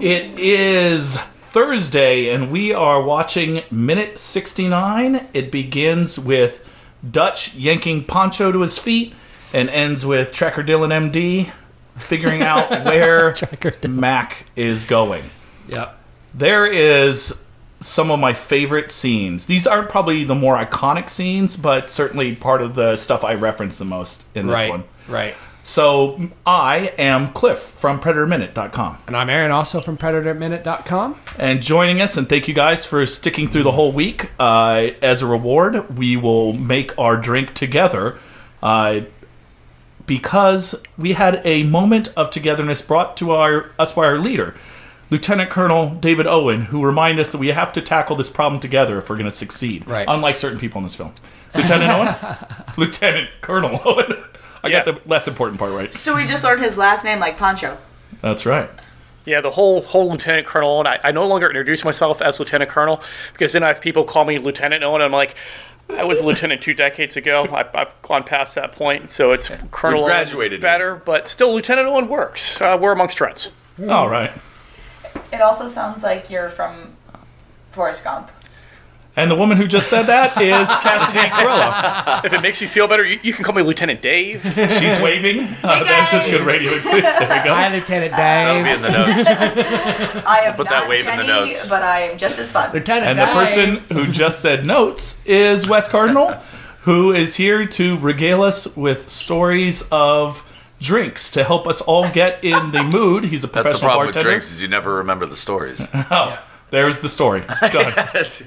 It is Thursday, and we are watching minute 69. It begins with Dutch yanking Poncho to his feet and ends with Tracker Dylan MD figuring out where Tracker Dylan. Mac is going. Yeah. There is some of my favorite scenes. These aren't probably the more iconic scenes, but certainly part of the stuff I reference the most in this Right. one. Right. So I am Cliff from PredatorMinute.com. And I'm Aaron, also from PredatorMinute.com. and joining us. And thank you guys for sticking through the whole week. Uh, as a reward, we will make our drink together uh, because we had a moment of togetherness brought to our us by our leader, Lieutenant Colonel David Owen, who reminded us that we have to tackle this problem together if we're going to succeed. Right. Unlike certain people in this film, Lieutenant Owen, Lieutenant Colonel Owen. I got the less important part right. So we just learned his last name like Poncho. That's right. Yeah, the whole whole Lieutenant Colonel, and I, I no longer introduce myself as Lieutenant Colonel because then I have people call me Lieutenant Owen. I'm like, I was a lieutenant two decades ago. I, I've gone past that point, so it's Colonel Owen is graduated. better, but still Lieutenant Owen works. Uh, we're amongst friends. All right. It also sounds like you're from Forrest Gump. And the woman who just said that is Cassidy Carella. If it makes you feel better, you, you can call me Lieutenant Dave. She's waving. Uh, that's just good radio exists. There we go. Hi, Lieutenant Dave. That'll be in the notes. I am Put not that wave in Jenny, the notes. but I am just as fun. Lieutenant And the Dave. person who just said notes is Wes Cardinal, who is here to regale us with stories of drinks to help us all get in the mood. He's a That's the professional problem with bartender. drinks is you never remember the stories. Oh, there's the story. Done. That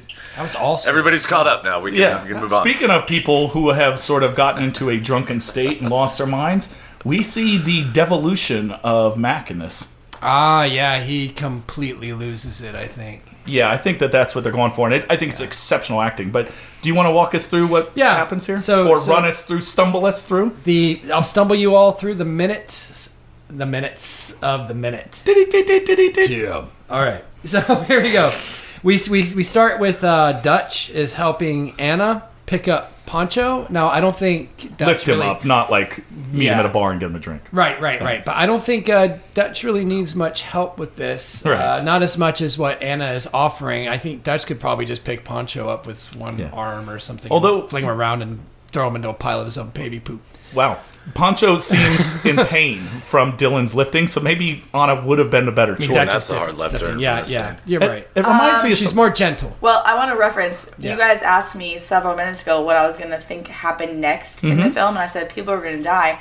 was awesome. Everybody's caught up now. We can, Yeah. we can move on. Speaking of people who have sort of gotten into a drunken state and lost their minds, we see the devolution of Mac in this. ah, yeah, he completely loses it, I think. Yeah, I think that that's what they're going for, and it, I think it's exceptional acting. But do you want to walk us through what Yeah, happens here, so- or so- run us through, stumble us through? The I'll stumble you all through the minutes the minutes of the minute. Yeah. All right. So here we go. We, we, we start with uh, Dutch is helping Anna pick up Poncho. Now, I don't think Dutch Lift him really- up, not like meet him Yeah. at a bar and get him a drink. Right, right, right. But I don't think uh, Dutch really needs much help with this. Uh, Right. not as much as what Anna is offering. I think Dutch could probably just pick Poncho up with one Yeah. arm or something. Although- and fling him around and throw him into a pile of his own baby poop. Wow, Poncho seems in pain from Dylan's lifting, so maybe Anna would have been a better choice. Dutch that's is a hard different- left different. turn Yeah, from this yeah, thing. you're it, right. Uh, it reminds me of She's some- more gentle. Well, I want to reference. Yeah. You guys asked me several minutes ago what I was going to think happened next in the film, and I said people are going to die,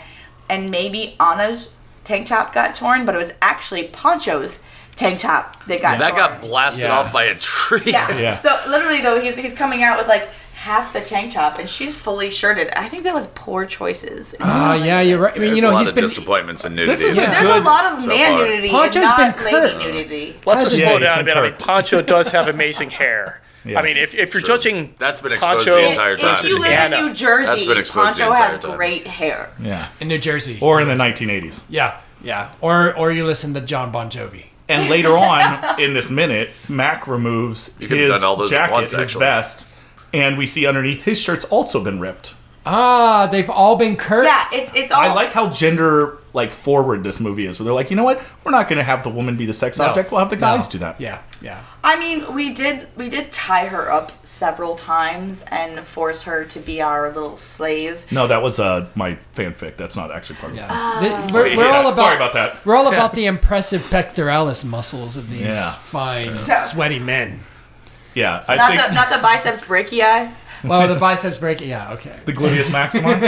and maybe Anna's tank top got torn, but it was actually Poncho's tank top that got That torn. got blasted Yeah. off by a tree. Yeah. Yeah. So literally though, he's he's coming out with like half the tank top, and she's fully shirted. I think that was poor choices. Ah, yeah, you're right. I mean, There's you a know, lot he's of been. disappointments and nudity. This is in a There's it. good- a lot of so man far. nudity, Poncho's and not been lady curved. nudity. Let's just Yeah, slow he's down a been bit. I mean, correct. Poncho does have amazing hair. I Yes. mean, if, if you're True. judging That's been exposed Poncho, the entire time. If you live Anna. in New Jersey, That's been exposed the Poncho entire has time. great hair. yeah, in New Jersey. or in the 1980s. yeah, yeah. Or or you listen to John Bon Jovi. And later on in this minute, Mac removes could have his done all those at jacket, once, his actually. vest, and we see underneath his shirt's also been ripped. Ah, they've all been curved. Yeah, it's it's all. Uh, I like how gender like forward this movie is. Where they're like, you know what? We're not going to have the woman be the sex No. object. We'll have the guys No. do that. Yeah, yeah. I mean, we did we did tie her up several times and force her to be our little slave. No, that was uh, my fanfic. That's not actually part of it. Yeah. Th- we're, we're Yeah, all about, sorry about that. We're all about the impressive pectoralis muscles of these Yeah. fine, So- sweaty men. Yeah, I Not think the not the biceps brachii. Well, the biceps break. Yeah, okay. the gluteus maximum.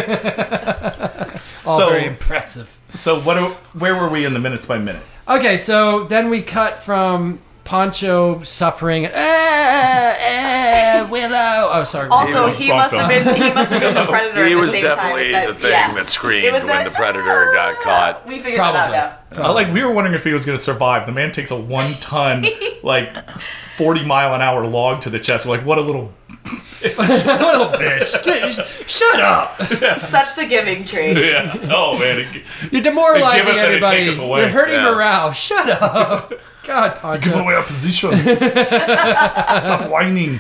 All so, very impressive. so what? Are, where were we in the minutes by minute? Okay, so then we cut from Poncho suffering. Ah, ah, Willow. Oh, sorry. Also, was he wrong must have film. been he must have been the predator. He at the was same definitely time. the thing that It screamed was when that- the predator got caught. We figured that out. probably. Yeah. I like we were wondering if he was going to survive. The man takes a one ton, like forty mile an hour log to the chest. We're like, what a little. what a little bitch. Get- sh- Shut up. Such the giving tree. Yeah. Oh man. It, You're They give demoralizing us and they everybody. take us away. You're hurting Yeah. morale. Shut up. God, Give Poncho. away our position. Stop whining.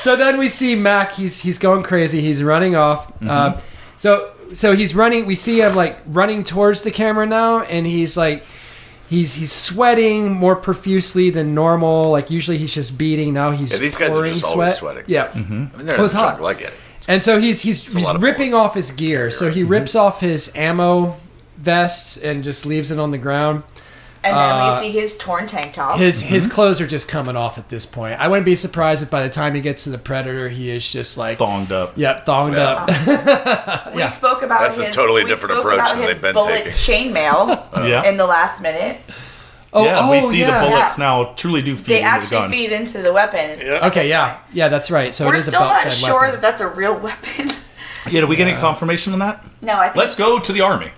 so then we see Mac. He's he's going crazy. He's running off. Uh, so so he's running. We see him like running towards the camera now, and he's like, he's he's sweating more profusely than normal. Like usually he's just beating. Now he's Yeah, these guys are pouring just sweat. always sweating. Yeah. I mean, they're Well, in it's the hot. jungle, I get it. And so he's he's he's lot of ripping bullets. off his gear. So he rips off his ammo vest and just leaves it on the ground. Mm-hmm. And then Uh, we see his torn tank top. His his clothes are just coming off at this point. I wouldn't be surprised if by the time he gets to the predator, he is just like thonged up. Yep, thonged Yeah. up. we spoke about That's a his, totally we different spoke approach about than his they've been bullet taking. chainmail yeah. in the last minute. oh, yeah, we oh, see yeah. the bullets now truly do feed They into the actually gun. feed into the weapon. Yeah. Okay, yeah, yeah, that's right. So it We're is still a butt not sure weapon. that that's a real weapon. yeah, did we get any confirmation on that? No, I think Let's go to the army.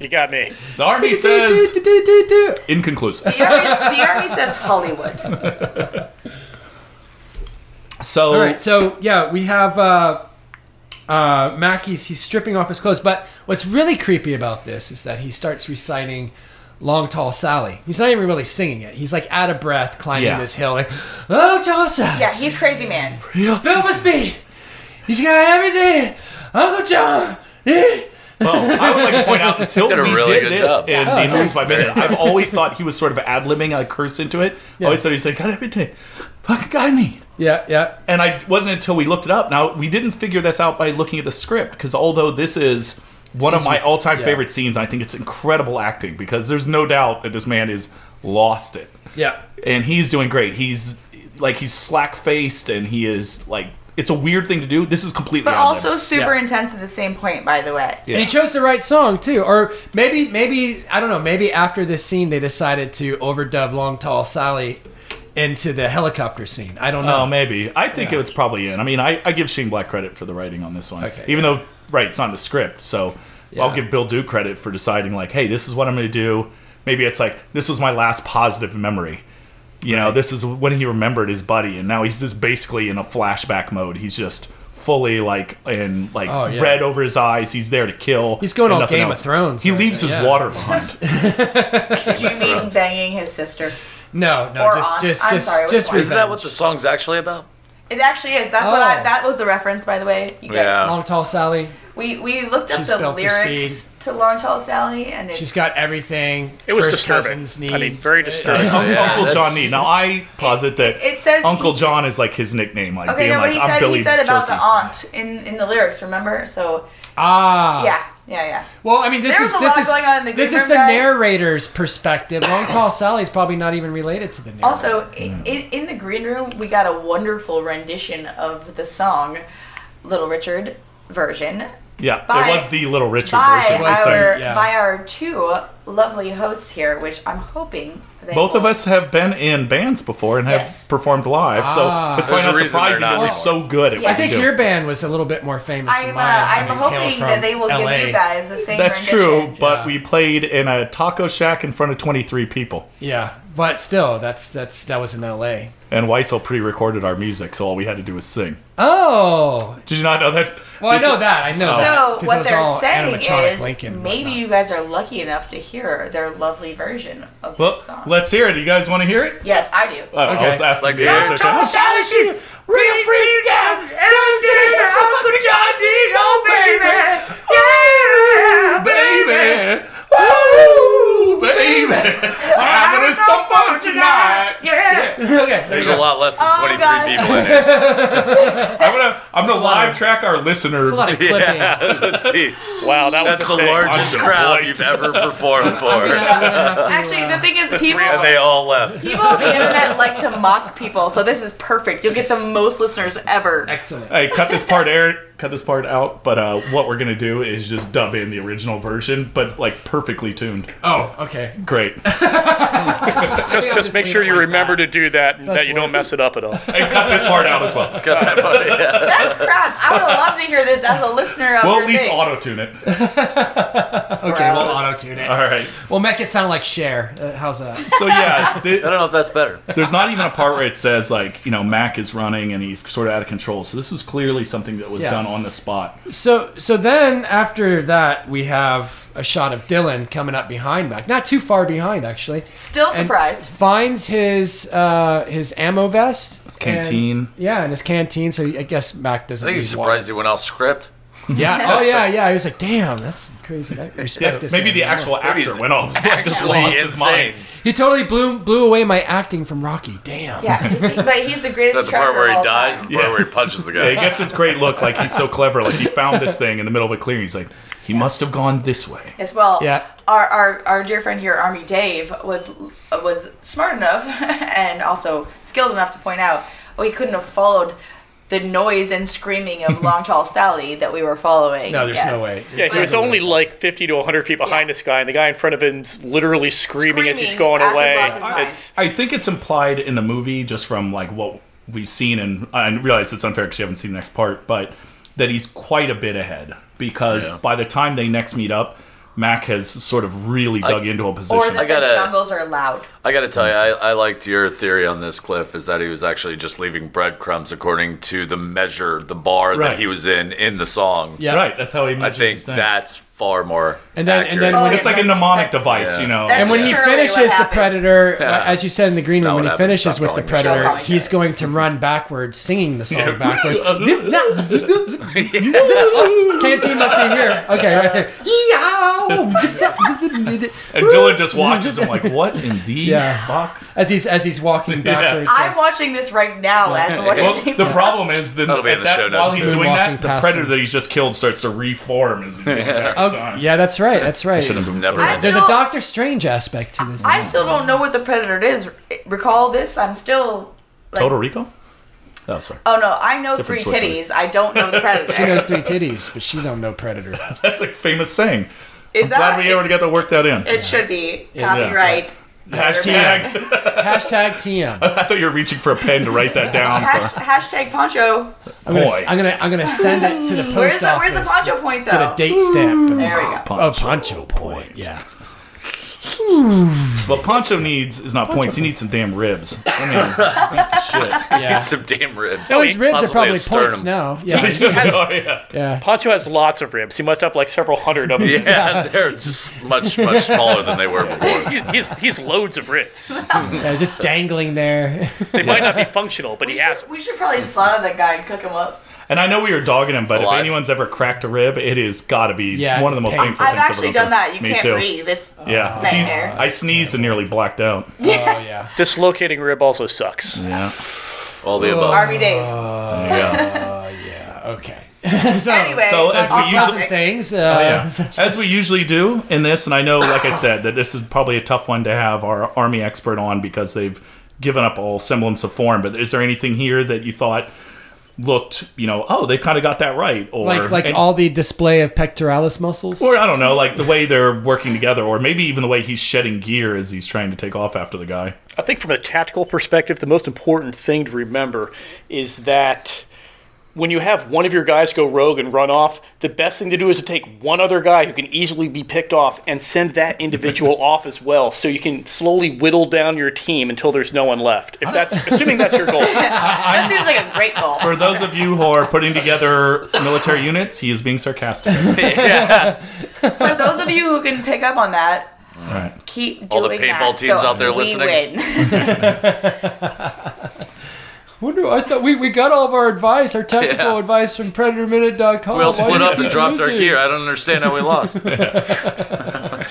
You got me. The army says Do-do-do-do-do-do. inconclusive. the army, the army says Hollywood. So, All right, so yeah, we have uh, uh, Mackey's. He's stripping off his clothes, but what's really creepy about this is that he starts reciting "Long Tall Sally." He's not even really singing it. He's like out of breath, climbing Yeah. this hill, like "Oh, tall Sally, Yeah, he's crazy man. filled with speed. He's got everything, Uncle John." eh." oh, I would like to point out until we Did a really did good this job. in Yeah. the moves by Very minute, I've always thought he was sort of ad libbing a curse into it. I Always thought he said, "Got everything, fucking guide me." Yeah, yeah. and I it wasn't until we looked it up. Now we didn't figure this out by looking at the script because although this is one of Season- my all-time yeah. favorite scenes, I think it's incredible acting because there's no doubt that this man is lost it, Yeah. and he's doing great. He's like he's slack-faced and he is like it's a weird thing to do. This is completely But on also him. super Yeah. intense at the same point, by the way. Yeah. And he chose the right song too, or maybe, maybe I don't know. Maybe after this scene, they decided to overdub "Long Tall Sally" into the helicopter scene. I don't Um, know. Oh, maybe. I think it's probably in. I mean, I, I give Shane Black credit for the writing on this one. Okay, Even though, right, it's not in the script. So I'll Yeah. give Bill Duke credit for deciding, like, hey, this is what I'm going to do. Maybe it's like, this was my last positive memory. You know, this is when he remembered his buddy. And now he's just basically in a flashback mode. He's just fully like in like Oh, yeah. red over his eyes he's there to kill He's going and all nothing Game of Thrones he right leaves now, his yeah. water behind Do you mean banging his sister? No, no, Or just, on- just, I'm just, sorry, just which one? Isn't that what revenge. the song's actually about? It actually is. That's what Oh. I. That was the reference, by the way. You guys. Yeah. Long tall Sally. We we looked up She's the built for lyrics speed. to Long Tall Sally, and it's, She's got everything. It was First disturbing. cousins need. Uh, I mean, very disturbing. Un- Yeah, uncle that's- john need now i posit that It- it says uncle he- john is like his nickname like Okay, being no, like what he i'm said billy he said about the Jerky." aunt in in the lyrics. Remember? So ah, yeah, yeah, yeah. Well, I mean, this There is was a this lot is going on in the this green is room, the guys. narrator's perspective. Long tall Sally's probably not even related to the narrator. Also, i Mm. in, in the green room, we got a wonderful rendition of the song "Little Richard" version Yeah, By- it was the Little Richard by version. was So our yeah. by our two lovely hosts here, which I'm hoping they both of will- us have been in bands before and have Yes. performed live, Ah. so it's probably There's a not reason they're surprising that not we're anymore. so good at Yeah. what I think we do. your band was a little bit more famous than I'm uh, mine. I I'm mean, hail hoping from that they will LA. give you guys the same. That's rendition. true, but Yeah. we played in a taco shack in front of 23 people, Yeah, but still, that's that's that was in L.A. and Weissel pre-recorded our music, so all we had to do was sing. Oh, Did you not know that? well, This- I know that. I know. that, So 'cause it what was they're all saying animatronic is Lincoln and maybe whatnot. you guys are lucky enough to hear their lovely version of the Well, song. let's hear it. You guys want to hear it? yes, I do. Oh, Okay. I was asking Like, you yeah. guys, okay? Tall Sally, she's real free down and dear Uncle Johnny, oh baby, Oh, yeah, baby. Ooh, baby. I'm having some fun tonight. yeah. Okay, there you There's a go. lot less than Oh, 23 God. people in it. I'm gonna I'm gonna lot live of- track our listeners. It's a lot of clipping. Yeah, let's see. Wow, that That's was the a thing. largest I'm crowd gonna you've ever performed for. I'm gonna have to, Actually, the uh, thing is, people And they all left. people on the internet like to mock people, so this is perfect. You'll get the most listeners ever. excellent. Hey, cut this part air, cut this part out. But uh, what we're gonna do is just dub in the original version, but like perfectly tuned. Oh, okay. Great. And Just, I'll just just make leave sure it you like uh, remember to do that, and That's that you don't what- mess it up at all. cut this part out as well. Got that money. Yeah. That's crap. I would love to hear this as a listener of We'll your at least thing. auto tune it. Okay, we'll Gross. auto tune it. All right. We'll make it sound like Cher. Uh, how's that? So yeah, th- I don't know if that's better. there's not even a part where it says like you know Mac is running and he's sort of out of control. So this is clearly something that was Yeah. done on the spot. So, so then after that, we have a shot of Dylan coming up behind Mac, not too far behind actually. Still and surprised. Finds his uh, his ammo vest, his canteen. yeah, and his canteen. So I guess Mac I doesn't. think he's need water. surprised he went off script. Yeah. Oh yeah. Yeah. I was like, damn, that's crazy. I respect this. Maybe guy the more. actual actor went off. Just lost his mind. He totally blew blew away my acting from Rocky. Damn. Yeah, he- he- but he's the That's greatest the part trucker where of he all dies time. and the part Yeah. where he punches the Yeah, he guy. gets this great look, like he's so clever, like he found this thing in the middle of a clearing. He's like, he must have gone this way. as well. Yeah. Our, our our dear friend here, Army Dave, was was smart enough and also skilled enough to point out, oh, he couldn't have followed the noise and screaming of Long Tall Sally that we were following. No, there's Yes. no way. Yeah, he was only like 50 to 100 feet behind this guy, and the guy in front of him's literally screaming, as he's Screaming going as he's away. lost his mind. It's I think it's implied in the movie just from like what we've seen, and I realize it's unfair because you haven't seen the next part, but that he's quite a bit ahead because Yeah. by the time they next meet up, Mac has sort of really dug into a position. Or that gotta- the jungles are loud. I gotta tell you, I, I liked your theory on this, Cliff, is that he was actually just leaving breadcrumbs according to the measure, the bar Right. that he was in in the song. Yeah. right, that's how he I measures think his thing. that's far more. And then- and accurate. then when it's like a That's- mnemonic that's- device, yeah. you know. That's And when he Surely what finishes the happened. predator, Yeah. uh, as you said in the green It's not room, when what he happened. finishes Stop with the calling yourself. predator, Stop he's calling going to run backwards, singing the song backwards. Canteen must be here. Okay, right here. Yeehaw! and Dylan just watches him like, what in the Yeah. fuck? as he's as he's walking backwards. I'm watching this right now, as what Well, is the problem is that, That'll be at in the that- show notes, while he's too. doing Walking that, the past predator him. that he's just killed starts to reform as he's going back in Oh, time. yeah, that's right. That's right. Should have Never never. mind. There's a No. Doctor Strange aspect to this. I still don't know what the predator is. Recall this. I'm still. Like, Total Rico. Oh, sorry. Oh no, I know Different three sorts of- titties. I don't know the predator. She knows three titties, but she don't know Predator. That's a famous saying. is that Glad we already got to work that in. It should be Yeah. copyright. Hashtag. Hashtag TM. I thought you were reaching for a pen to write that down. Hash, For. hashtag poncho. I'm gonna, Boy. I'm gonna I'm gonna send it to the post Where's the office. where's the poncho point though? Get a date stamp. There we go. Oh, poncho point. Yeah. What Poncho needs is not points. He needs some damn ribs. I mean, it's- it's shit. Yeah. some damn ribs. No, his ribs are Possibly probably a sternum. points now. Yeah. oh, yeah. Yeah. Pancho has lots of ribs. He must have like several hundred of them. Yeah, they're just much much smaller than they were before. He- He's, he's loads of ribs. yeah. Just dangling there. They might not be functional, but We he has should, we should probably slaughter that guy and cook him up. And I know we were dogging him, but if Alive. anyone's ever cracked a rib, it is got to be Yeah, one of the most pain. painful I've things I've actually ever gone done that. You through. Me can't too. breathe. It's Yeah. If nightmare. you- I sneezed and nearly blacked out. Oh yeah. Dislocating rib also sucks. Yeah. All the above. Army Dave. There Uh, you go. Yeah. Okay. so, anyway, so as that's we off usually- some topic. things. Uh, Oh, yeah. such- As we usually do in this, and I know, like I said, that this is probably a tough one to have our army expert on because they've given up all semblance of form. But is there anything here that you thought looked, you know, oh, they kind of got that right, or like like and- all the display of pectoralis muscles. or I don't know, like the way they're working together, or maybe even the way he's shedding gear as he's trying to take off after the guy. I think from a tactical perspective, the most important thing to remember is that when you have one of your guys go rogue and run off, the best thing to do is to take one other guy who can easily be picked off and send that individual off as well, so you can slowly whittle down your team until there's no one left. If that's assuming that's your goal. That seems like a great goal. For those of you who are putting together military units, he is being sarcastic. For those of you who can pick up on that, All right. keep doing All the paintball that. teams so out there we listening. win. Wonder I thought we, we got all of our advice, our tactical Yeah. advice from PredatorMinute.com. We all split did up we and keep dropped our losing? gear. I don't understand how we lost. I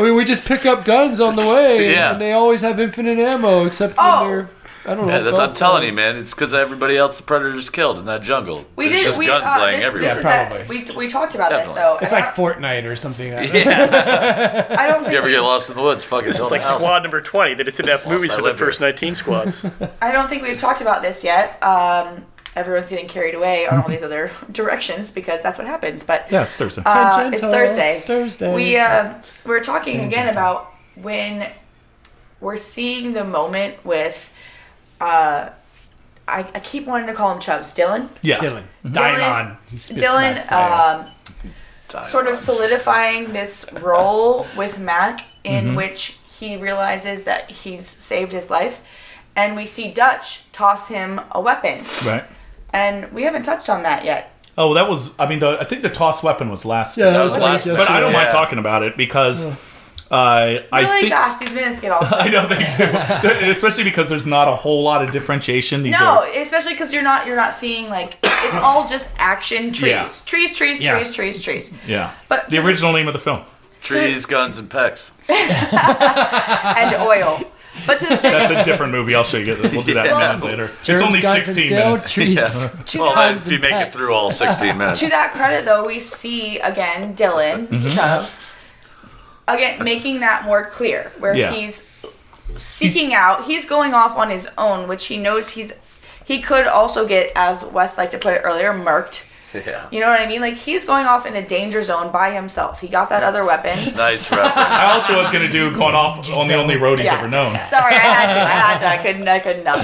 mean, we just pick up guns on the way, Yeah. and they always have infinite ammo, except Oh. when they're I don't know. Yeah, that's I'm golf telling ball. you, man. It's because everybody else the predators killed in that jungle. We There's did. just we, guns uh, laying this, everywhere. This Yeah, is that, we, we talked about Definitely. this though. It's and like Fortnite or something. Like that. yeah. I don't think you ever we- get lost in the woods? Fucking It's build a like house. squad number 20. They just didn't have movies I for the live here. first 19 squads. I don't think we've talked about this yet. Um, everyone's getting carried away on all these other directions because that's what happens. But Yeah, it's Thursday. uh, it's Tangential, Thursday. Thursday. We uh, we're talking again about when we're seeing the moment with. Uh, I, I keep wanting to call him Chubbs, Dylan. yeah. Mm-hmm. Dylan, Dylan, He spits Dylan, mad fire. um, sort of solidifying this role with Mac in which he realizes that he's saved his life. And we see Dutch toss him a weapon. Right. And we haven't touched on that yet. Oh, that was. I mean, the, I think the toss weapon was last. yeah, that was was last- last. but but I don't Yeah. mind talking about it because Uh, I Really, think gosh, these minutes get all. I know they do, And especially because there's not a whole lot of differentiation. These No, are especially because you're not you're not seeing like it's all just action trees, Yeah. trees, trees, Yeah. trees, trees, trees. yeah, But- the original name of the film. Trees, guns, and pecks. and oil. But to the That's second, a different movie. I'll show you. We'll do that Yeah. one later. Germs, it's only guns, and 16 steel, minutes. Trees. Well, guns if you and make it pecks. through all 16 minutes. to that credit, though, we see again Dylan Uh, Chubbs again making that more clear, where Yeah. he's seeking out. He's going off on his own, which he knows he's. He could also get, as Wes liked to put it earlier, murked. Yeah. You know what I mean? Like he's going off in a danger zone by himself. He got that other weapon. Nice reference. I also was going to do going off on the only road he's Yeah. ever known. Sorry, I had to. I had to. I couldn't. I couldn't. not.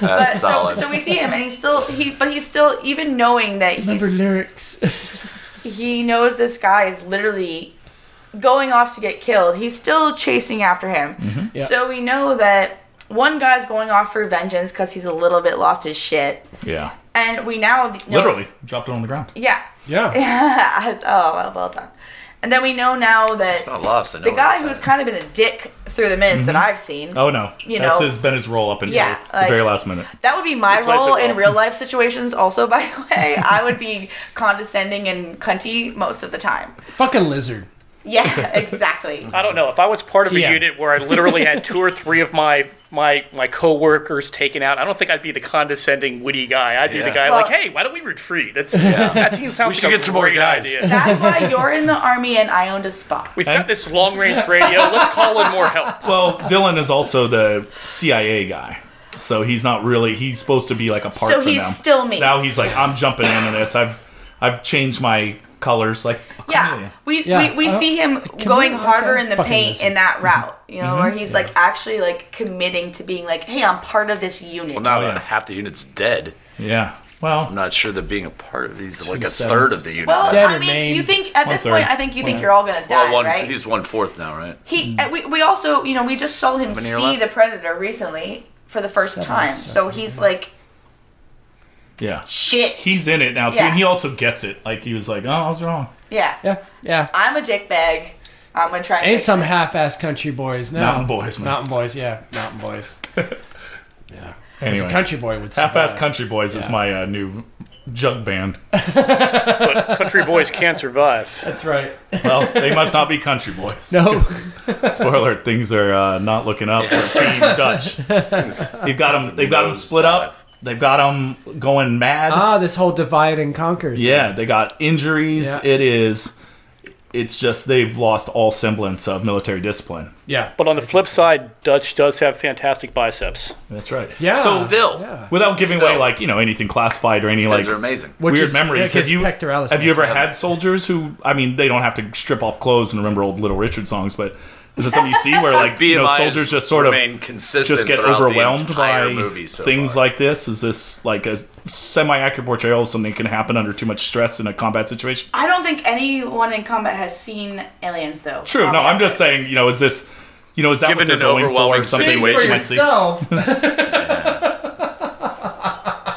But That's so, solid. so we see him, and he's still he, but he's still even knowing that Remember he's lyrics. he knows this guy is literally going off to get killed. He's still chasing after him. Yeah. So we know that one guy's going off for vengeance because he's a little bit lost his shit. Yeah, And we now know- literally dropped it on the ground. yeah. Yeah. oh well, well done. And then we know now that It's not lost. I know the guy it's who's not. kind of been a dick through the minutes that I've seen. Oh no, You that's know. his been his roll up until Yeah, like- the very last minute. That would be my plays it role in well. real life situations. Also, by the way, I would be condescending and cunty most of the time. Fucking lizard. Yeah, exactly. I don't know if I was part of a TM. unit where I literally had two or three of my my my coworkers taken out. I don't think I'd be the condescending witty guy. I'd be Yeah. the guy Well- like, "Hey, why don't we retreat?" That's, That seems sounds We like should a get some more great guys. idea. That's why you're in the army and I owned a spa. We've got this long range radio. Let's call in more help. Well, Dylan is also the CIA guy, so he's not really. He's supposed to be like a part. So for he's them. still me. now he's like, I'm jumping into this. I've I've changed my colors. Like oh, a Yeah, chameleon. we Yeah. we, we Oh, see him going okay. harder in the Fucking Mm-hmm. paint listen. in that route. You know, where he's like actually like committing to being like, hey, I'm part of this unit. Well, now Oh, yeah. half the unit's dead. Yeah. Well, I'm not sure that being a part of he's like a sevenths. third of the unit. Well, Dead I or mean, maimed. you think at this One-third. point, I think you think One-half. you're all gonna die, Well, one, right? he's one fourth now, right? He and we, we also you know we just saw him many are see left? the predator recently for the first Seven, time, seven, so he's like yeah. shit. He's in it now too, Yeah. and he also gets it. Like he was like, "Oh, I was wrong." Yeah, Yeah. Yeah. I'm a dick bag. I'm gonna try. And Ain't fix some this. half-ass country boys. No. Mountain boys, man. Mountain boys. Yeah. Mountain boys. yeah. Because Anyway. a country boy would. Half-ass survive. country boys is my uh, new jug band. But country boys can't survive. That's right. Well, they must not be country boys. No. Spoiler: things are uh, not looking up for Team Dutch. They've got them. They've got them split up. They've got them going mad. ah, this whole divide and conquer. thing. Yeah, they got injuries. Yeah. It is. It's just they've lost all semblance of military discipline. Yeah. But on the flip side, Dutch does have fantastic biceps. That's right. Yeah. So Still. Yeah. without giving away Still. like you know anything classified or any These guys like are amazing. Which weird is- yeah, memories. have 'cause you pectoralis have you must ever have had soldiers who? I mean, they don't have to strip off clothes and remember old Little Richard songs, but is it something you see where like you know BMI soldiers has just sort of remained consistent just get throughout the overwhelmed by entire movie so things far. like this? Is this like a semi-accurate portrayal of something that can happen under too much stress in a combat situation? I don't think anyone in combat has seen aliens though. True. No, I'm just saying. You know, is this? You know, is that Given what an they're going for? overwhelming Something Speak for you might see-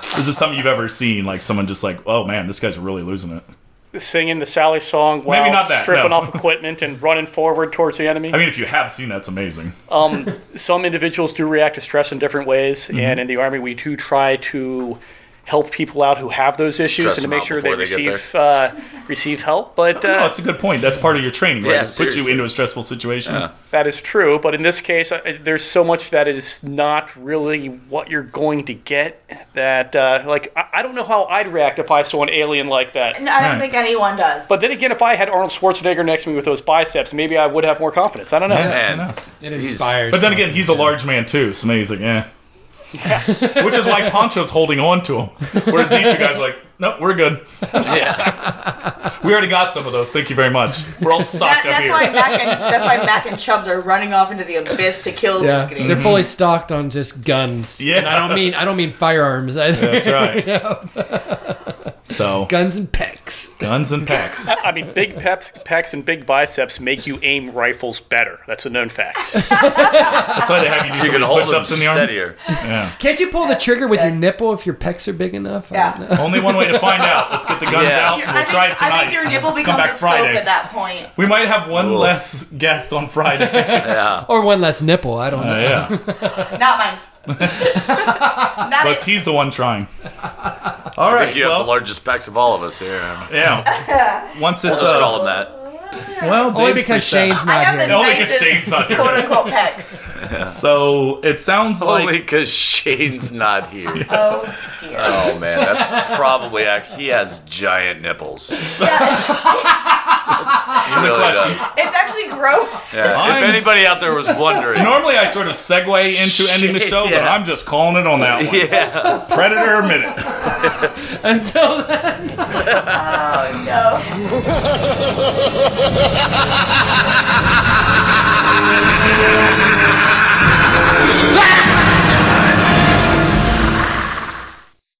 Is it something you've ever seen? Like someone just like, oh man, this guy's really losing it. Singing the Sally song while not that, stripping no. off equipment and running forward towards the enemy. I mean, if you have seen, that's amazing. Oh, um, some individuals do react to stress in different ways, and Mm-hmm. in the army, we do try to help people out who have those issues and Stress to them make out sure they before they get receive uh, receive help. But no, uh, it's a good point. That's part of your training, right? Yeah, It puts you seriously. into a stressful situation. that is true. But in this case, I, there's so much that is not really what you're going to get. That uh, like I, I don't know how I'd react if I saw an alien like that. No, I don't Right. think anyone does. But then again, if I had Arnold Schwarzenegger next to me with those biceps, maybe I would have more confidence. I don't know. Man. Who knows? It Jeez. inspires. But then me. again, he's a large man too, so maybe he's like, eh. Which is why Poncho's holding on to him, whereas these two guys are like, nope, we're good. Yeah. We already got some of those. Thank you very much. We're all that, stocked up that's here. why Mac and that's why Mac and Chubbs are running off into the abyss to kill Yeah, this guy. they're fully stocked on just guns. Yeah. and I don't mean I don't mean firearms either. That's right. So guns and pecs. packs. Guns and packs. I mean, big peps, pecs and big biceps make you aim rifles better. That's a known fact. That's why they have you do You so can many hold push them ups in the arm. steadier. Yeah. Can't you pull the trigger with your nipple if your pecs are big enough? I Yeah. don't know. Only one way to find out. Let's get the guns Yeah. out. Your- We'll I, think, try it tonight. I think your nipple Come becomes back a scope Friday. at that point. We might have one Cool. less guest on Friday. Yeah. Or one less nipple. I don't know. yeah, Not mine. Not but it. he's the one trying. All I right. think you have well, the largest packs of all of us here. yeah. Once it's Let's uh, call them that. well, Only Dave's because freaked out. Shane's I not have the here. No. Only 'cause nicest Shane's not here. quote unquote pecs. So it sounds Only like because Shane's not here. Oh dear. Oh man, that's probably ac- he has giant nipples. He really question. does. It's actually gross. Yeah. I'm- If anybody out there was wondering, normally I sort of segue into ending the show, but yeah. I'm just calling it on that one. yeah, Predator minute. Until then. Oh no. Thank you.